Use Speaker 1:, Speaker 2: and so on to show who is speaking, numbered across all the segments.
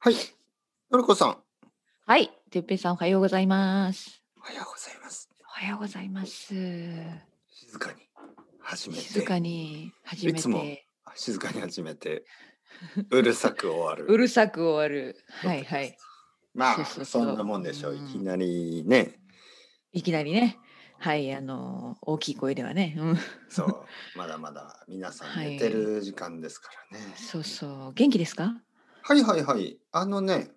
Speaker 1: はい。のりこさん。
Speaker 2: はい、てっぺいさんおはようございます。
Speaker 1: おはようございます。
Speaker 2: おはようございます。
Speaker 1: 静かに始めて。
Speaker 2: 静かに始め
Speaker 1: いつも
Speaker 2: て、
Speaker 1: 静かに始めて。うるさく終わる。
Speaker 2: うるさく終わる。はいはい。
Speaker 1: ま
Speaker 2: そ
Speaker 1: あ
Speaker 2: うそうそ
Speaker 1: そ
Speaker 2: うん
Speaker 1: なもんでしょう。
Speaker 2: う
Speaker 1: い
Speaker 2: ん
Speaker 1: きなり ね。
Speaker 2: いきなりね。はい、あの大きい声ではね。うん。
Speaker 1: そう。まだまだ皆さん
Speaker 2: はい
Speaker 1: 寝てる時間ですからね。
Speaker 2: そうそう。元気ですか？
Speaker 1: はい、はい、はい。あのね。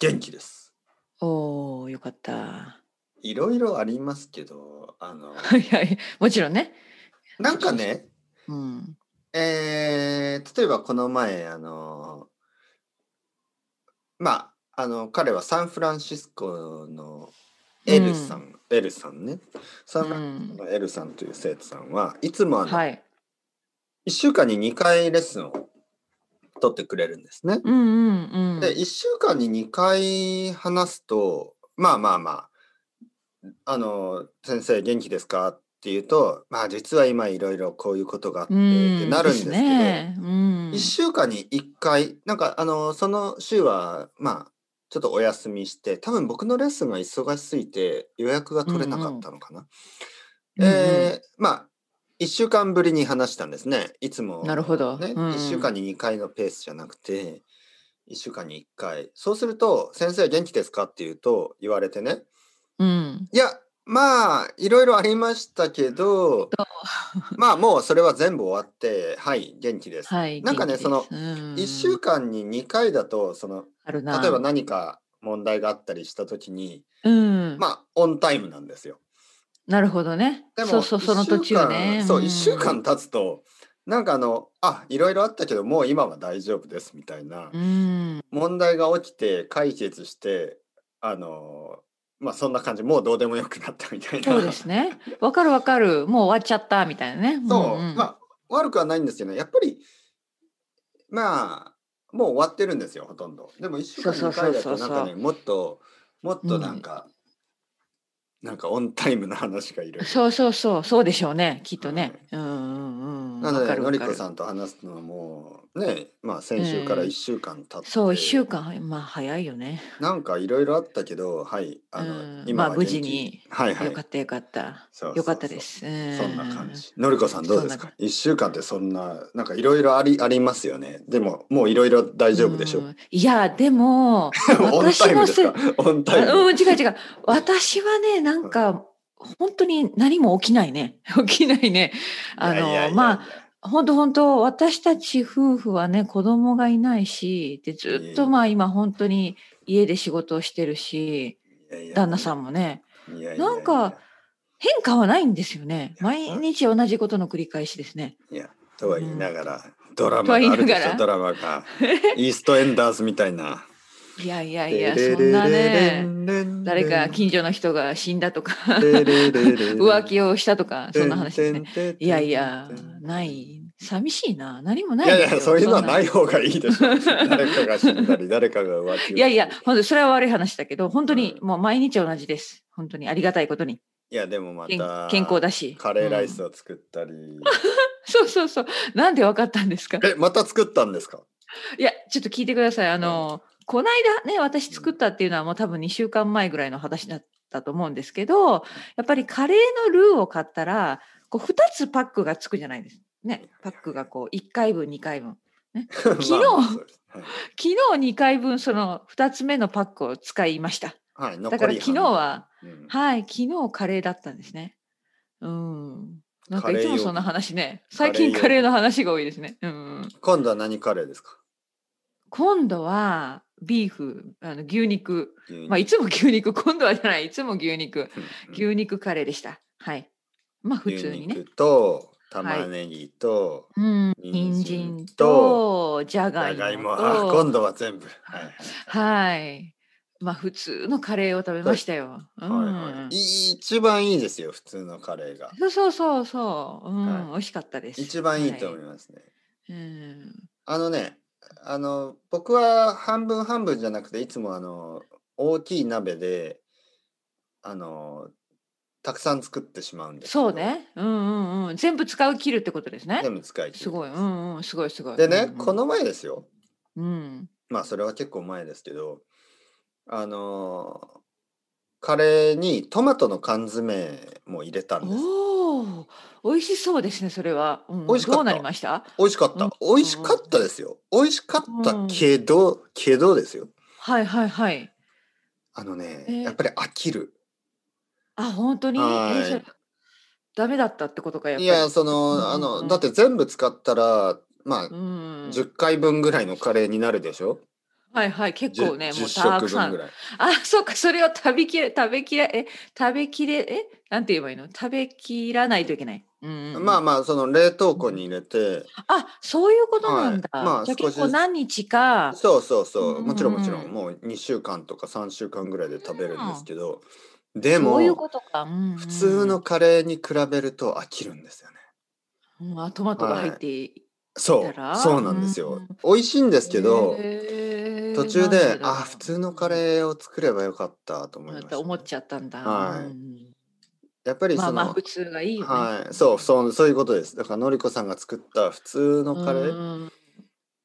Speaker 1: 元気です。
Speaker 2: おお、よかった。
Speaker 1: いろいろありますけど、あ の、
Speaker 2: はいはい。もちろんね。
Speaker 1: なんかね。
Speaker 2: うん。
Speaker 1: えー例えばこの前あのまああの彼はサンフランシスコのエルさん、エルさんねサンフランシスコのエルさんという生徒さんはいつもあの、
Speaker 2: はい。
Speaker 1: 1週間に2回レッスンを取ってくれるんですね。
Speaker 2: うんうんうん。
Speaker 1: で1週間に2回話すとまあまあまああの「先生元気ですか?」って言うと「まあ実は今いろいろこういうことがあって」ってなるんですけど。
Speaker 2: うねうん
Speaker 1: 1。週間に1回なんかあのその週はまあちょっとお休みして多分僕のレッスンが忙しすぎて予約が取れなかったのかな、
Speaker 2: うんうん
Speaker 1: えーまあ1週間ぶりに話したんですねいつも
Speaker 2: なるほど
Speaker 1: ね
Speaker 2: うんうん
Speaker 1: 1週間に2回のペースじゃなくて1週間に1回そうすると「先生元気ですか?」って言うと言われてね
Speaker 2: うん。
Speaker 1: いやまあいろいろありましたけ どまあもうそれは全部終わってはい元気です
Speaker 2: はい。
Speaker 1: なんかね
Speaker 2: 元気です
Speaker 1: その
Speaker 2: うん
Speaker 1: 1週間に2回だとその
Speaker 2: あるな。
Speaker 1: 例えば何か問題があったりした時に
Speaker 2: うん。
Speaker 1: まあオンタイムなんですよ。
Speaker 2: なるほどね。
Speaker 1: でも
Speaker 2: そうそう、その途中ね
Speaker 1: 一週間。そう
Speaker 2: うん
Speaker 1: 1週間。経つとなんかあのあいろいろあったけどもう今は大丈夫ですみたいな
Speaker 2: うん。
Speaker 1: 問題が起きて解決してあのまあそんな感じもうどうでもよくなったみたいな。
Speaker 2: そうですね。わかるわかる。もう終わっちゃったみたいなね。
Speaker 1: そう、
Speaker 2: んん
Speaker 1: まあ悪くはないんですけど、ね、やっぱりまあもう終わってるんですよほとんど。でも1週間に
Speaker 2: そう
Speaker 1: 1
Speaker 2: そ
Speaker 1: 回
Speaker 2: うそ
Speaker 1: だ
Speaker 2: うそう
Speaker 1: となんかねもっともっとなんか、なんかオンタイムな話がいる。
Speaker 2: そうそうそう、そうでしょうね。きっと
Speaker 1: はい
Speaker 2: ね。うんうんうん。
Speaker 1: なの
Speaker 2: わか
Speaker 1: で
Speaker 2: る
Speaker 1: の
Speaker 2: わ
Speaker 1: り
Speaker 2: か
Speaker 1: こ
Speaker 2: る。
Speaker 1: さんと話すのはもうねまあ先週から
Speaker 2: うん
Speaker 1: 1週間経って、
Speaker 2: そう、一週間、まあ早いよね。
Speaker 1: なんかいろいろあったけどはいあの、
Speaker 2: うん
Speaker 1: 今
Speaker 2: ま
Speaker 1: は
Speaker 2: あ
Speaker 1: 元
Speaker 2: 無
Speaker 1: 気
Speaker 2: 事に
Speaker 1: はいはい
Speaker 2: よかったよかった
Speaker 1: そうそう。そう
Speaker 2: よかったです。そ
Speaker 1: そんな感じ。。のりこさんどうです
Speaker 2: そんな
Speaker 1: か
Speaker 2: 感
Speaker 1: 一週間ってそんな、なんかいろいろあり、ありますよね。でも、もういろいろ大丈夫でしょ、
Speaker 2: うん。いや、でも
Speaker 1: オンタ
Speaker 2: 私
Speaker 1: イム
Speaker 2: も
Speaker 1: です
Speaker 2: せ
Speaker 1: か。オンタイ
Speaker 2: あ
Speaker 1: ム。
Speaker 2: うん、違う違う。私はね、なんか、本当に何も起きないね。 起きないね。あ
Speaker 1: いやいやい
Speaker 2: の、
Speaker 1: や
Speaker 2: まあ、、本当本当私たち夫婦はね、子供がいないし、で、ずっ
Speaker 1: ええ
Speaker 2: とまあ今本当に家で仕事をしてるし、旦那さ
Speaker 1: ん。
Speaker 2: んもね、
Speaker 1: いやいやいや
Speaker 2: なんか、変化はないんですよね。
Speaker 1: いや
Speaker 2: 毎日同じことの繰り返しですね。
Speaker 1: いや、とは言いながら、ドラマ
Speaker 2: と
Speaker 1: が
Speaker 2: は言い
Speaker 1: あ
Speaker 2: な
Speaker 1: るで
Speaker 2: が
Speaker 1: し
Speaker 2: ら
Speaker 1: ょ、ドラマが。イーストエンダーズみたいな。
Speaker 2: いやいや
Speaker 1: い
Speaker 2: いや、そんなね、誰か近所の人が死んだとか、 浮
Speaker 1: 浮
Speaker 2: 気をしたとか、そんな話ですね。
Speaker 1: ね
Speaker 2: いやいや、ない。寂しいな。何もない
Speaker 1: いや
Speaker 2: ですよ。
Speaker 1: いや、そういうのは
Speaker 2: そんな
Speaker 1: ない方がいいでしょ。誰かが死んだり、誰かが浮気を
Speaker 2: いやいや、本当にそれは悪い話だけど、本当に
Speaker 1: うん
Speaker 2: もう毎日同じです。本当にありがたいことに。
Speaker 1: いやでもま
Speaker 2: 健
Speaker 1: た
Speaker 2: 健康だし。
Speaker 1: カレーライ
Speaker 2: う
Speaker 1: ス
Speaker 2: ん
Speaker 1: を作ったり、
Speaker 2: そうそうそう。なんでわかったんですか
Speaker 1: えまた作ったんですか
Speaker 2: いや、ちょっと聞いてください。あの、こないだね、私作ったっていうのはもう多分2週間前ぐらいの話だったと思うんですけど、やっぱりカレーのルーを買ったら、こう2つパックがつくじゃないですか。ね、パックがこう1回分、2回分。
Speaker 1: 昨はい
Speaker 2: 日昨日2回分、その2つ目のパックを使いました。
Speaker 1: はい、
Speaker 2: だか
Speaker 1: 残
Speaker 2: ら
Speaker 1: り半
Speaker 2: 昨日は、
Speaker 1: うん
Speaker 2: はい、昨日カレーだったんですね。うん。なん
Speaker 1: カ
Speaker 2: か
Speaker 1: レー
Speaker 2: いつも
Speaker 1: よ
Speaker 2: そんな話ね。
Speaker 1: カレー
Speaker 2: 最近
Speaker 1: よ
Speaker 2: カレーの話が多いですね。うん。
Speaker 1: 今度は何カレーですか
Speaker 2: 今度はビーフ、あの牛肉。
Speaker 1: 牛
Speaker 2: まあいつも牛肉、今度はじゃない、いつも牛肉。
Speaker 1: 肉
Speaker 2: 牛肉カレーでした。はい。まあ普通に
Speaker 1: 牛
Speaker 2: ね。
Speaker 1: 肉と玉ねぎと
Speaker 2: うん。人
Speaker 1: 人
Speaker 2: 参
Speaker 1: 参
Speaker 2: とじゃ
Speaker 1: じ
Speaker 2: が
Speaker 1: ゃ
Speaker 2: い
Speaker 1: がい
Speaker 2: も
Speaker 1: も
Speaker 2: と。
Speaker 1: あ今度は全部はい
Speaker 2: はい。まあ普通のカレーを食べましたよ。うん。
Speaker 1: はいはいい一番いいですよ普通のカレーが
Speaker 2: そうそうそうそう。うん、
Speaker 1: はい
Speaker 2: 美味しかったです。
Speaker 1: 一番いいと思
Speaker 2: はい
Speaker 1: ますね
Speaker 2: いうん。
Speaker 1: あのねあの僕は半分半分じゃなくていつもあの大きい鍋であのたくさん作ってしまうんですけど
Speaker 2: そうね。うんうんうん。全部使う切るってことですね
Speaker 1: 全。部使い切る
Speaker 2: すごい。うんうん。すごいすごい。
Speaker 1: でね、
Speaker 2: うんうん
Speaker 1: こ。の前ですよ
Speaker 2: うん。
Speaker 1: まあそれは結構前ですけどあのーカレーにトマトの缶詰も入れたんです
Speaker 2: おお、美味しそうですね。それは。うん
Speaker 1: 美味しかった
Speaker 2: どうなりました。
Speaker 1: 美味しかった、
Speaker 2: うん
Speaker 1: 美味しかったですよ美味しかったけど、けどですよ
Speaker 2: はいはいはい。
Speaker 1: あのね、
Speaker 2: えー
Speaker 1: やっぱり飽きる
Speaker 2: あ、本当に。え
Speaker 1: はい
Speaker 2: ーそれダメだったってことか。やっぱ
Speaker 1: い
Speaker 2: り
Speaker 1: やその、
Speaker 2: うん
Speaker 1: あ
Speaker 2: う
Speaker 1: の
Speaker 2: ん
Speaker 1: だって全部使ったらまあ、
Speaker 2: うん。
Speaker 1: 10回分ぐらいのカレーになるでしょ
Speaker 2: はいはい、結構ね、
Speaker 1: 10
Speaker 2: もうた
Speaker 1: 食
Speaker 2: くさ
Speaker 1: 分ぐ
Speaker 2: ん。
Speaker 1: らい
Speaker 2: あ、そうか、それを食べきれ、食べきれ、え、食べきれ、え、なんて言えばいいの、食べきらないといけない。うんうんうん
Speaker 1: まあまあその冷凍庫に入れて、
Speaker 2: あ、そういうことなんだ。
Speaker 1: はいまあ
Speaker 2: じゃあ
Speaker 1: 少し
Speaker 2: 結構何日か。
Speaker 1: そうそうそうもちろん
Speaker 2: う
Speaker 1: も
Speaker 2: んうん
Speaker 1: ち
Speaker 2: うん
Speaker 1: ろん、もう2週間とか3週間ぐらいで食べるんですけど、で
Speaker 2: そういう
Speaker 1: も
Speaker 2: ことか。うんうん
Speaker 1: 普通の。カレーに比べると飽きるんですよね
Speaker 2: うんあ、トマトが入って。
Speaker 1: そ
Speaker 2: だら
Speaker 1: うそうなんですよ、美味しいんですけど、途中であ普通のカ
Speaker 2: ー
Speaker 1: レーを作ればよかったと思いま
Speaker 2: ま
Speaker 1: した
Speaker 2: た思っちゃったんだ。
Speaker 1: はい
Speaker 2: うん
Speaker 1: やっぱりそ
Speaker 2: まあ
Speaker 1: の、
Speaker 2: まあ普通がいいよね。
Speaker 1: はいそうそうそういうことですだからのりこさんが作った普通のカレー、
Speaker 2: うん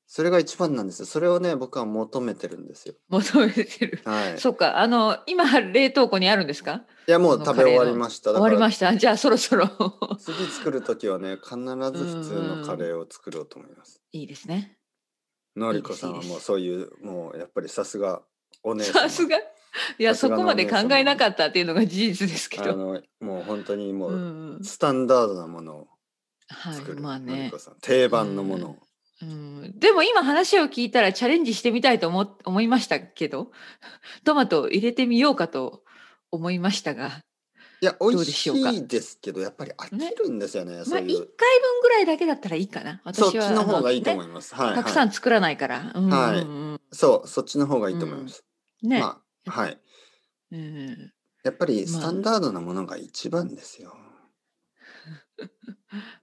Speaker 1: それが一番なんですよそれをね僕は求めてるんですよ
Speaker 2: 求めてる。
Speaker 1: はい
Speaker 2: そっか、あの今冷凍庫にあるんですか。
Speaker 1: いやもう
Speaker 2: その
Speaker 1: 食べ終わりました
Speaker 2: 終わりま
Speaker 1: し
Speaker 2: した。じゃあそろそろ
Speaker 1: た次作る時はね必ず普通のカレーを作ろうと思います
Speaker 2: いいですね。
Speaker 1: のりこさんはい
Speaker 2: いですい
Speaker 1: も
Speaker 2: いで
Speaker 1: う
Speaker 2: す
Speaker 1: そういうもうやっぱりさすがお姉さん
Speaker 2: さすが。いや
Speaker 1: さす
Speaker 2: そ
Speaker 1: がの
Speaker 2: こまで考えなかったっていうのが事実ですけ
Speaker 1: あ
Speaker 2: ど。
Speaker 1: のもう本当にも
Speaker 2: う、
Speaker 1: うんスタンダードなものを
Speaker 2: はい
Speaker 1: 作る、
Speaker 2: まあ
Speaker 1: のり
Speaker 2: ね
Speaker 1: こ、さん定番のものを、
Speaker 2: うん、でも今話を聞いたらチャレンジしてみたいと思思いましたけど トマトを入れてみようかと思いましたが
Speaker 1: いや、美
Speaker 2: う
Speaker 1: 味
Speaker 2: で
Speaker 1: し
Speaker 2: しょうか
Speaker 1: いですけど、やっぱり飽きるんですよね。
Speaker 2: ま
Speaker 1: そ
Speaker 2: あ、
Speaker 1: う
Speaker 2: 1
Speaker 1: い
Speaker 2: 回
Speaker 1: う
Speaker 2: 分。ぐらいだけだったらいいかな。
Speaker 1: そっち
Speaker 2: 私は
Speaker 1: の方がいいと
Speaker 2: あの
Speaker 1: 思います。はい、
Speaker 2: ね
Speaker 1: は
Speaker 2: た
Speaker 1: い。
Speaker 2: くさん作らないから。うんうんうん
Speaker 1: そう、そっちの方がいいと思います。
Speaker 2: ね、
Speaker 1: まあ、はい。
Speaker 2: うん
Speaker 1: やっぱりスタンダードなものが一番です よ。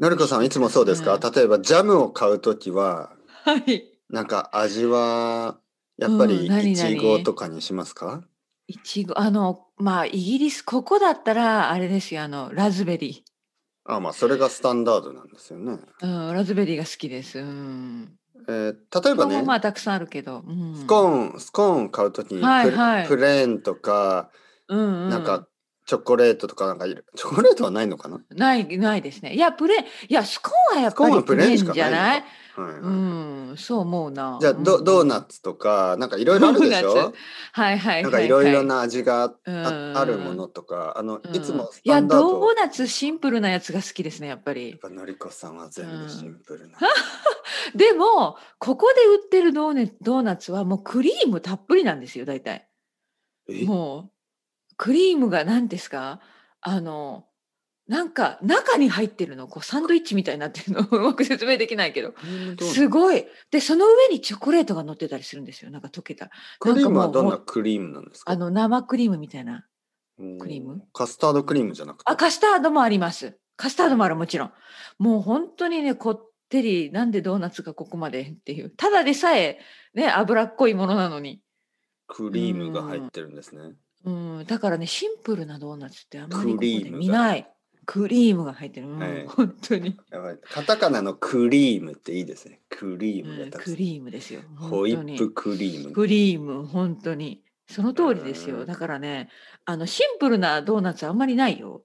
Speaker 1: のりこさん、いつもそうですか、
Speaker 2: う
Speaker 1: 例えばジャムを買うときは、
Speaker 2: はい。
Speaker 1: なんか味は、やっぱり
Speaker 2: うん何
Speaker 1: いちごとかにしますか、
Speaker 2: いちご、あの、まあ、イギリス、ここだったら、あれですよ、あの、ラズベリ
Speaker 1: あまあ、それがスタンダードなんですよね。
Speaker 2: ー。うん、ラズベリーが好きです。うん。
Speaker 1: えー例えば
Speaker 2: ここ
Speaker 1: ね
Speaker 2: も、まあ、たくさんあるけど。うん、
Speaker 1: スコーン、スコーン買うときにプ,、
Speaker 2: はいはい
Speaker 1: プレーンとか、
Speaker 2: うん、うん。
Speaker 1: なんか、チョコレートとかなんかいる。チョコレートはないのかな
Speaker 2: ない、ないですね。いや、プレーン、いや、スコーンはやっ
Speaker 1: スコ
Speaker 2: ぱ
Speaker 1: ーンは
Speaker 2: り
Speaker 1: プ
Speaker 2: プ
Speaker 1: レ
Speaker 2: レ
Speaker 1: ーン
Speaker 2: ー
Speaker 1: し
Speaker 2: ン
Speaker 1: か
Speaker 2: じ
Speaker 1: な
Speaker 2: ゃ
Speaker 1: いの
Speaker 2: ない
Speaker 1: か。はいはい
Speaker 2: うん、そう思うな。
Speaker 1: じゃあ
Speaker 2: うん
Speaker 1: ド、ドーナツとか、なんかいろいろあるでし
Speaker 2: ドーナ
Speaker 1: ょ
Speaker 2: ツはいはいはい、はい。
Speaker 1: なんかいろいろな味があ
Speaker 2: うん
Speaker 1: ああるものとか、あの、いつも
Speaker 2: うん
Speaker 1: ス
Speaker 2: いや
Speaker 1: タンダード
Speaker 2: ド
Speaker 1: を。
Speaker 2: ーナツシンプルなやつが好きですねやっぱり
Speaker 1: やっぱのりこさんは全部シンプルな。
Speaker 2: でもここで売ってるドーネドーナツはもうクリームたっぷりなんですよ大体
Speaker 1: え
Speaker 2: もうクリームが何ですかあのなんか中に入ってるのこうサンドイッチみたいになってるの うまく説明できないけど
Speaker 1: クリームドーナツ
Speaker 2: すごいでその上にチョコレートが乗ってたりするんですよなんか溶けた
Speaker 1: クリームは
Speaker 2: なんか
Speaker 1: ど
Speaker 2: も
Speaker 1: ん
Speaker 2: う
Speaker 1: なクリームなんですか
Speaker 2: あの生クリームみたいな
Speaker 1: うん
Speaker 2: クリーム
Speaker 1: カスタードクリームじゃなくて。
Speaker 2: あ、カスタードもあります。カスタードもある、もちろん。もう本当にね、こってり、なんでドーナツがここまでっていう。ただでさえ、ね、脂っこいものなのに。
Speaker 1: クリームが入ってるんですね。
Speaker 2: うん、だからね、シンプルなドーナツってあんまりここ
Speaker 1: クリ
Speaker 2: で
Speaker 1: ームが
Speaker 2: 見ない。クリームが入ってる。うん
Speaker 1: はい
Speaker 2: 本当に、
Speaker 1: やばい。カタカナのクリームっていいですね。クリーム
Speaker 2: う
Speaker 1: が
Speaker 2: ん
Speaker 1: たくさ
Speaker 2: ク
Speaker 1: ん。
Speaker 2: リームですよ。
Speaker 1: ホイッ
Speaker 2: 本当に
Speaker 1: プクリーム。
Speaker 2: クリーム、本当に。その通りです
Speaker 1: う
Speaker 2: よ。
Speaker 1: ん
Speaker 2: だからね、あの、シンプルなドーナツあんまりないよ。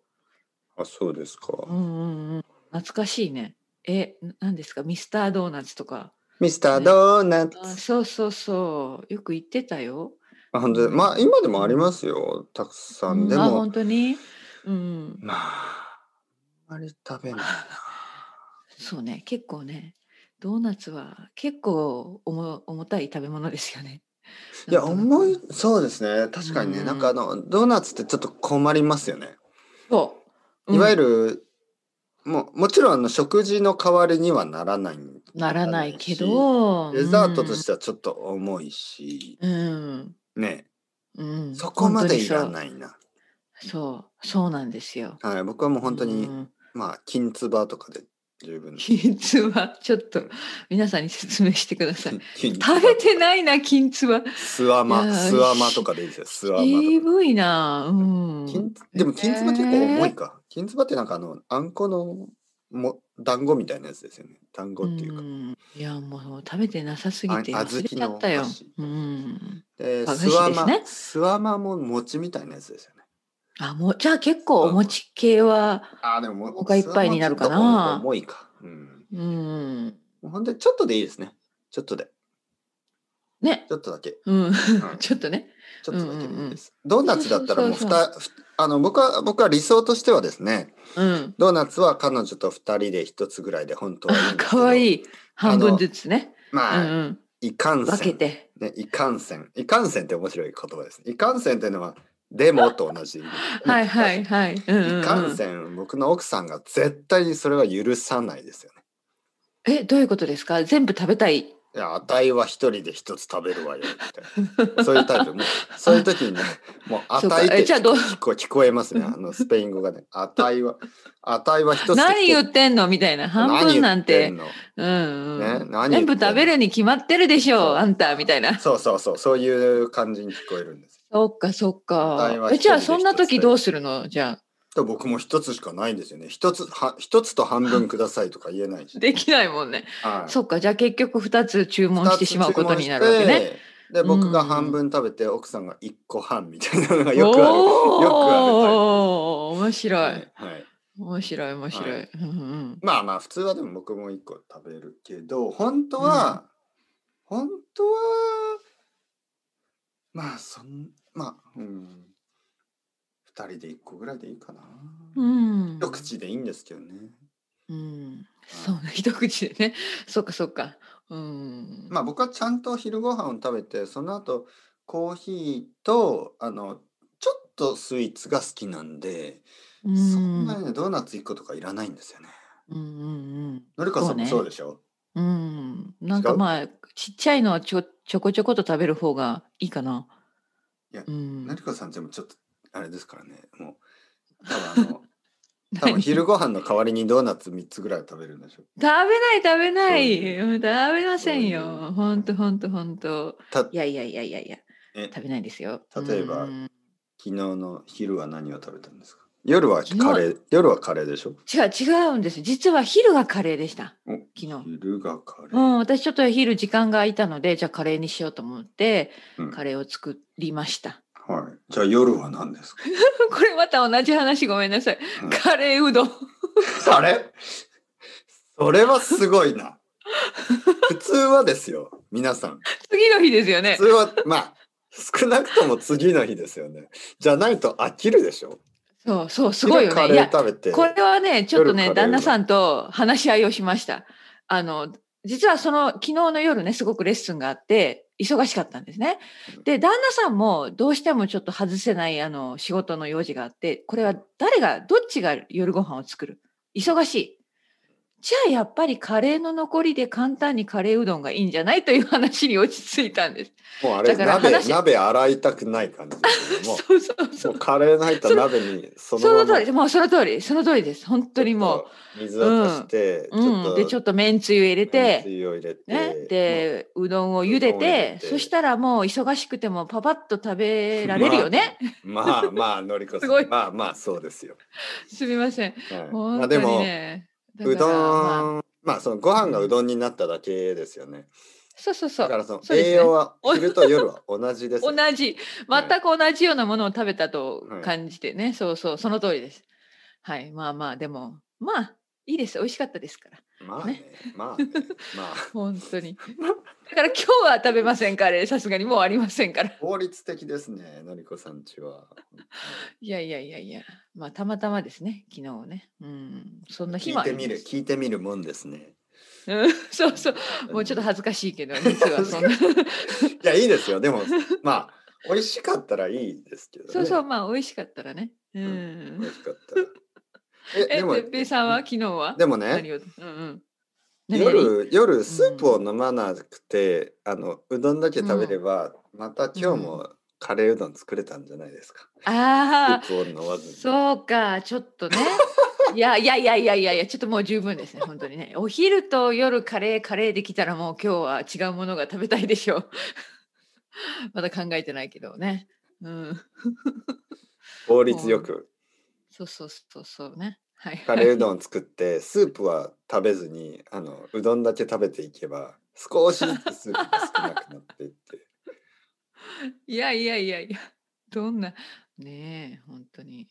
Speaker 1: あ、そうですか。
Speaker 2: うんうんうん。懐かしいね。え、何ですかミスタードーナツとか。
Speaker 1: ミスタードーナ
Speaker 2: あ
Speaker 1: ツ。
Speaker 2: そうそうそう。よく言ってたよ。
Speaker 1: あ本当にまあ今でもありますよ。たくさ。
Speaker 2: うんん
Speaker 1: で
Speaker 2: あ
Speaker 1: も
Speaker 2: 本当に。うん。
Speaker 1: まああんまり食べない。
Speaker 2: そうね。結構ね。ドーナツは結構重重たい食べ物ですよね。
Speaker 1: いや
Speaker 2: なんとなく
Speaker 1: 重いそうですね。確かにね、
Speaker 2: うん
Speaker 1: なんかあのドーナツってちょっと困りますよね。
Speaker 2: そう。
Speaker 1: いわゆ
Speaker 2: る。
Speaker 1: る、もうもちろんあの食事の代わりにはならない。
Speaker 2: ならないけ
Speaker 1: ならないし。
Speaker 2: ど。
Speaker 1: デザートとしてはちょっと重いし、
Speaker 2: うん。うん。
Speaker 1: ね
Speaker 2: うん、
Speaker 1: そこまでいら
Speaker 2: い。
Speaker 1: ないな。
Speaker 2: そう。そうなんですよ。
Speaker 1: はい僕はもう本当に、
Speaker 2: うん
Speaker 1: まあ金つばとかで十分。
Speaker 2: 金つば、ちょっと皆さんに説明してください。
Speaker 1: 金金
Speaker 2: 食べてないな、金つば。
Speaker 1: スワ
Speaker 2: いや
Speaker 1: マ、
Speaker 2: ー
Speaker 1: スワマとかでいいですよ、スワマとか。
Speaker 2: 渋いな。うん。
Speaker 1: 金でも金つば結構重いか。金つばってなんかあの、あんこのも団子みたいなやつですよね団子っていうか、
Speaker 2: んいやもう食べてなさすぎて
Speaker 1: あ
Speaker 2: 忘れちゃったよ
Speaker 1: 小豆。
Speaker 2: う
Speaker 1: の
Speaker 2: ん。
Speaker 1: で
Speaker 2: 和菓
Speaker 1: ス
Speaker 2: 子
Speaker 1: ワ
Speaker 2: です
Speaker 1: マ、
Speaker 2: ね
Speaker 1: スワマも餅みたいなやつですよね
Speaker 2: あもうじゃあ結構お餅系は
Speaker 1: あーでも
Speaker 2: お腹いっぱいになるかな
Speaker 1: スワマちょっと重いかうん
Speaker 2: うん
Speaker 1: ほんでちょっとでいいですねちょっとで
Speaker 2: ね
Speaker 1: ちょっとだけ
Speaker 2: うん
Speaker 1: ん
Speaker 2: ちょっとね
Speaker 1: ちょっとだけでいいです。ドーナツだったらもうふ
Speaker 2: そうそう
Speaker 1: たふあの僕は僕は理想としてはですね、
Speaker 2: うん
Speaker 1: ドーナツは彼女と二人で一つぐらいで本当はいいんですけど。
Speaker 2: 可愛
Speaker 1: い。
Speaker 2: い半分ずつねう
Speaker 1: まあ、
Speaker 2: んうん
Speaker 1: いかん
Speaker 2: 分
Speaker 1: せ
Speaker 2: け
Speaker 1: ん、
Speaker 2: て
Speaker 1: ね、いかんせん、いかんせんって面白い言葉ですね。いかんせんっていうのはでもと同じ意味。
Speaker 2: はいはいはいうん
Speaker 1: い
Speaker 2: うん
Speaker 1: か
Speaker 2: うんん
Speaker 1: せん、僕の奥さんが絶対にそれは許さないですよね。
Speaker 2: えどういうことですか全部食べたい
Speaker 1: いや、あたいは一人で一つ食べるわよみたいな。そういうタイプ、もうそういう時にね、もうあ
Speaker 2: そう
Speaker 1: たいっ
Speaker 2: かえ
Speaker 1: て
Speaker 2: じゃあどう
Speaker 1: 聞こ聞こえますね。あのスペイン語がね、あたいは、あたいは一つで
Speaker 2: 何言ってんのみたいな半分なんて
Speaker 1: 何言って
Speaker 2: うん
Speaker 1: ね
Speaker 2: う
Speaker 1: 何言って
Speaker 2: ん
Speaker 1: ん
Speaker 2: 全
Speaker 1: の
Speaker 2: 部食べるに決まってるでし
Speaker 1: そ
Speaker 2: ょ
Speaker 1: う
Speaker 2: うあんたみたいなん
Speaker 1: のそうそうそう、そういう感じに聞こえるんです。
Speaker 2: そっかそっ
Speaker 1: 答えは
Speaker 2: か
Speaker 1: 一人
Speaker 2: えじゃあ
Speaker 1: で
Speaker 2: そんな
Speaker 1: 一つで
Speaker 2: 時どうするのじゃ
Speaker 1: と僕も一つしかないんですよね。一つは一つと半分くださいとか言えないし
Speaker 2: あ。できないもんね
Speaker 1: はい
Speaker 2: そっかじゃあ結局2つ注文
Speaker 1: 二
Speaker 2: し
Speaker 1: つ
Speaker 2: てしまうことになるわけね。
Speaker 1: で僕が半分食べて奥さんが一個半みたいなのがよくある。よくあるタイプ
Speaker 2: おー面白い
Speaker 1: はい
Speaker 2: 面白い面白い、
Speaker 1: は
Speaker 2: うんうん
Speaker 1: まあまあ普通はでも僕も1個食べるけど本当は、本当はまあそんまあうん2人で1個ぐらいでいいかな、
Speaker 2: うん
Speaker 1: 一口でいいんですけどね
Speaker 2: うんそうね一口でねそっかそっかうん
Speaker 1: まあ僕はちゃんと昼ご飯を食べてその後コーヒーとあのちょっとスイーツが好きなんで、
Speaker 2: う
Speaker 1: そん
Speaker 2: ん
Speaker 1: なにねドーナツ1個とかいらないんですよね
Speaker 2: うんうん
Speaker 1: のりかさんも
Speaker 2: そ
Speaker 1: そうう
Speaker 2: ね
Speaker 1: でしょ
Speaker 2: うんうんなんか
Speaker 1: 違う
Speaker 2: まあちっちゃいのはちょちょこちょこと食べる方がいいかな。
Speaker 1: いや
Speaker 2: うん
Speaker 1: な りかさんでもちょっとあれですからねもう多 分あの多分昼ご飯の代わりにドーナツ3つぐらいは食べるんでしょ
Speaker 2: 食べない食べない
Speaker 1: そうい
Speaker 2: うん食べません
Speaker 1: そうい
Speaker 2: よ
Speaker 1: う
Speaker 2: ほんとほんとほんと
Speaker 1: た昨
Speaker 2: いやいやいやいやいや
Speaker 1: え
Speaker 2: 食べないですよ
Speaker 1: 例えば
Speaker 2: うん
Speaker 1: 日の昼は何を食べたんですか夜はカ
Speaker 2: 昨日
Speaker 1: レー夜はカレーでしょ
Speaker 2: 違う違うんです実は昼がカレーでした
Speaker 1: お
Speaker 2: 昨日
Speaker 1: 昼がカレ
Speaker 2: う
Speaker 1: ー、
Speaker 2: ん、私ちょっと昼時間が空いたのでじゃあカレーにしようと思って
Speaker 1: うん
Speaker 2: カレーを作りました、
Speaker 1: はいじゃあ夜は何ですか
Speaker 2: これまた同じ話ごめんなさい、
Speaker 1: うん
Speaker 2: カレーうどん
Speaker 1: あれ それはすごい な普通はですよ皆さん
Speaker 2: 次の日ですよね
Speaker 1: 普通はまあ少なくとも次の日ですよねじゃないと飽きるでしょ
Speaker 2: そうそうすごいよ
Speaker 1: 昼カ
Speaker 2: ねい
Speaker 1: レー
Speaker 2: や
Speaker 1: 食べて
Speaker 2: これはねちょっと
Speaker 1: 夜カレーう
Speaker 2: ね
Speaker 1: どん
Speaker 2: 旦那さんと話し合いをしましたあの実はその昨日の夜ねすごくレッスンがあって忙しかったんですねで旦那さんもどうしてもちょっと外せないあの仕事の用事があってこれは誰がどっちが夜ご飯を作る忙しいじゃあやっぱりカレーの残りで簡単にカレーうどんがいいんじゃないという話に落ち着いたんです。
Speaker 1: もうあれ
Speaker 2: だから
Speaker 1: 鍋
Speaker 2: 話
Speaker 1: 鍋洗いたくない感じですよね、もう
Speaker 2: そうそう そ
Speaker 1: も
Speaker 2: う
Speaker 1: う。カレーの入った鍋にそ
Speaker 2: そ
Speaker 1: のま
Speaker 2: の
Speaker 1: ま
Speaker 2: 通り、もうその通り、その通りです。本当にも
Speaker 1: う水を足して、
Speaker 2: う。うん。で、ちょっとめんつゆ入れ
Speaker 1: めん
Speaker 2: て
Speaker 1: つ、ゆを入れて、
Speaker 2: ね、で、うどんを茹で
Speaker 1: うどんを茹
Speaker 2: て
Speaker 1: でて
Speaker 2: そしたらもう忙しくてもパパッと食べられるよね。
Speaker 1: まあ、まあまあのりこさ
Speaker 2: すごい
Speaker 1: んまあまあそうですよ、
Speaker 2: すみません。
Speaker 1: はいまあ
Speaker 2: 本
Speaker 1: で
Speaker 2: 当
Speaker 1: も
Speaker 2: にね。
Speaker 1: う
Speaker 2: だ
Speaker 1: どん、
Speaker 2: からまあ
Speaker 1: まあ、そのご飯がうどんになっただけですよね
Speaker 2: そうそうそ
Speaker 1: だか
Speaker 2: う。
Speaker 1: らその
Speaker 2: そうですね
Speaker 1: 栄養は昼と夜は同じです
Speaker 2: 同じ、
Speaker 1: はい
Speaker 2: 全く同じようなものを食べたと
Speaker 1: はい
Speaker 2: 感じてね。そうそう、その通りです。はい、まあまあ、でも、まあ、いいです。美味しかったですから。
Speaker 1: まあねま あねまあ
Speaker 2: 本 当に。だから今日は食べません、カレー。さすがにもうありませんから。
Speaker 1: 法律的ですねのりこさんちはい
Speaker 2: やいやいやいや、まあたまたまですね、昨日ね。うん、そんな日
Speaker 1: 聞
Speaker 2: も
Speaker 1: い
Speaker 2: あり
Speaker 1: て
Speaker 2: ま
Speaker 1: みる
Speaker 2: す。
Speaker 1: 聞いてみるもんですね
Speaker 2: うん、そうそう、もうちょっと恥ずかしいけど、実は そんな。
Speaker 1: いやいいですよでもまあ美味しかったらいいですけど、ね、
Speaker 2: そうそう、まあ美味しかったらね。う
Speaker 1: 美
Speaker 2: ん。
Speaker 1: 味しかったらえ
Speaker 2: え、
Speaker 1: でも
Speaker 2: てっぺいさんは昨日は
Speaker 1: でも
Speaker 2: 何
Speaker 1: ね
Speaker 2: をうんうん。何々
Speaker 1: 夜夜スープを飲まなくて、あのうどんだけ食べれば、また今日もカレーうどん作れたんじゃないですか、
Speaker 2: あ
Speaker 1: スープを
Speaker 2: あ、
Speaker 1: 飲まずに
Speaker 2: そうか、ちょっとね。いやいやいやいやいやいや、ちょっともう十分ですね、本当にね。お昼と夜カレー、カレーできたらもう今日は違うものが食べたいでしょう。 まだ考えてないけどね。うん。
Speaker 1: 効率よく
Speaker 2: そうそうそうそうね。はい。
Speaker 1: カレーうどん作ってスープは食べずにあのうどんだけ食べていけば少しずつスープが少なくなっていって
Speaker 2: いやいやいやいや、どんな、ねえ、本当に。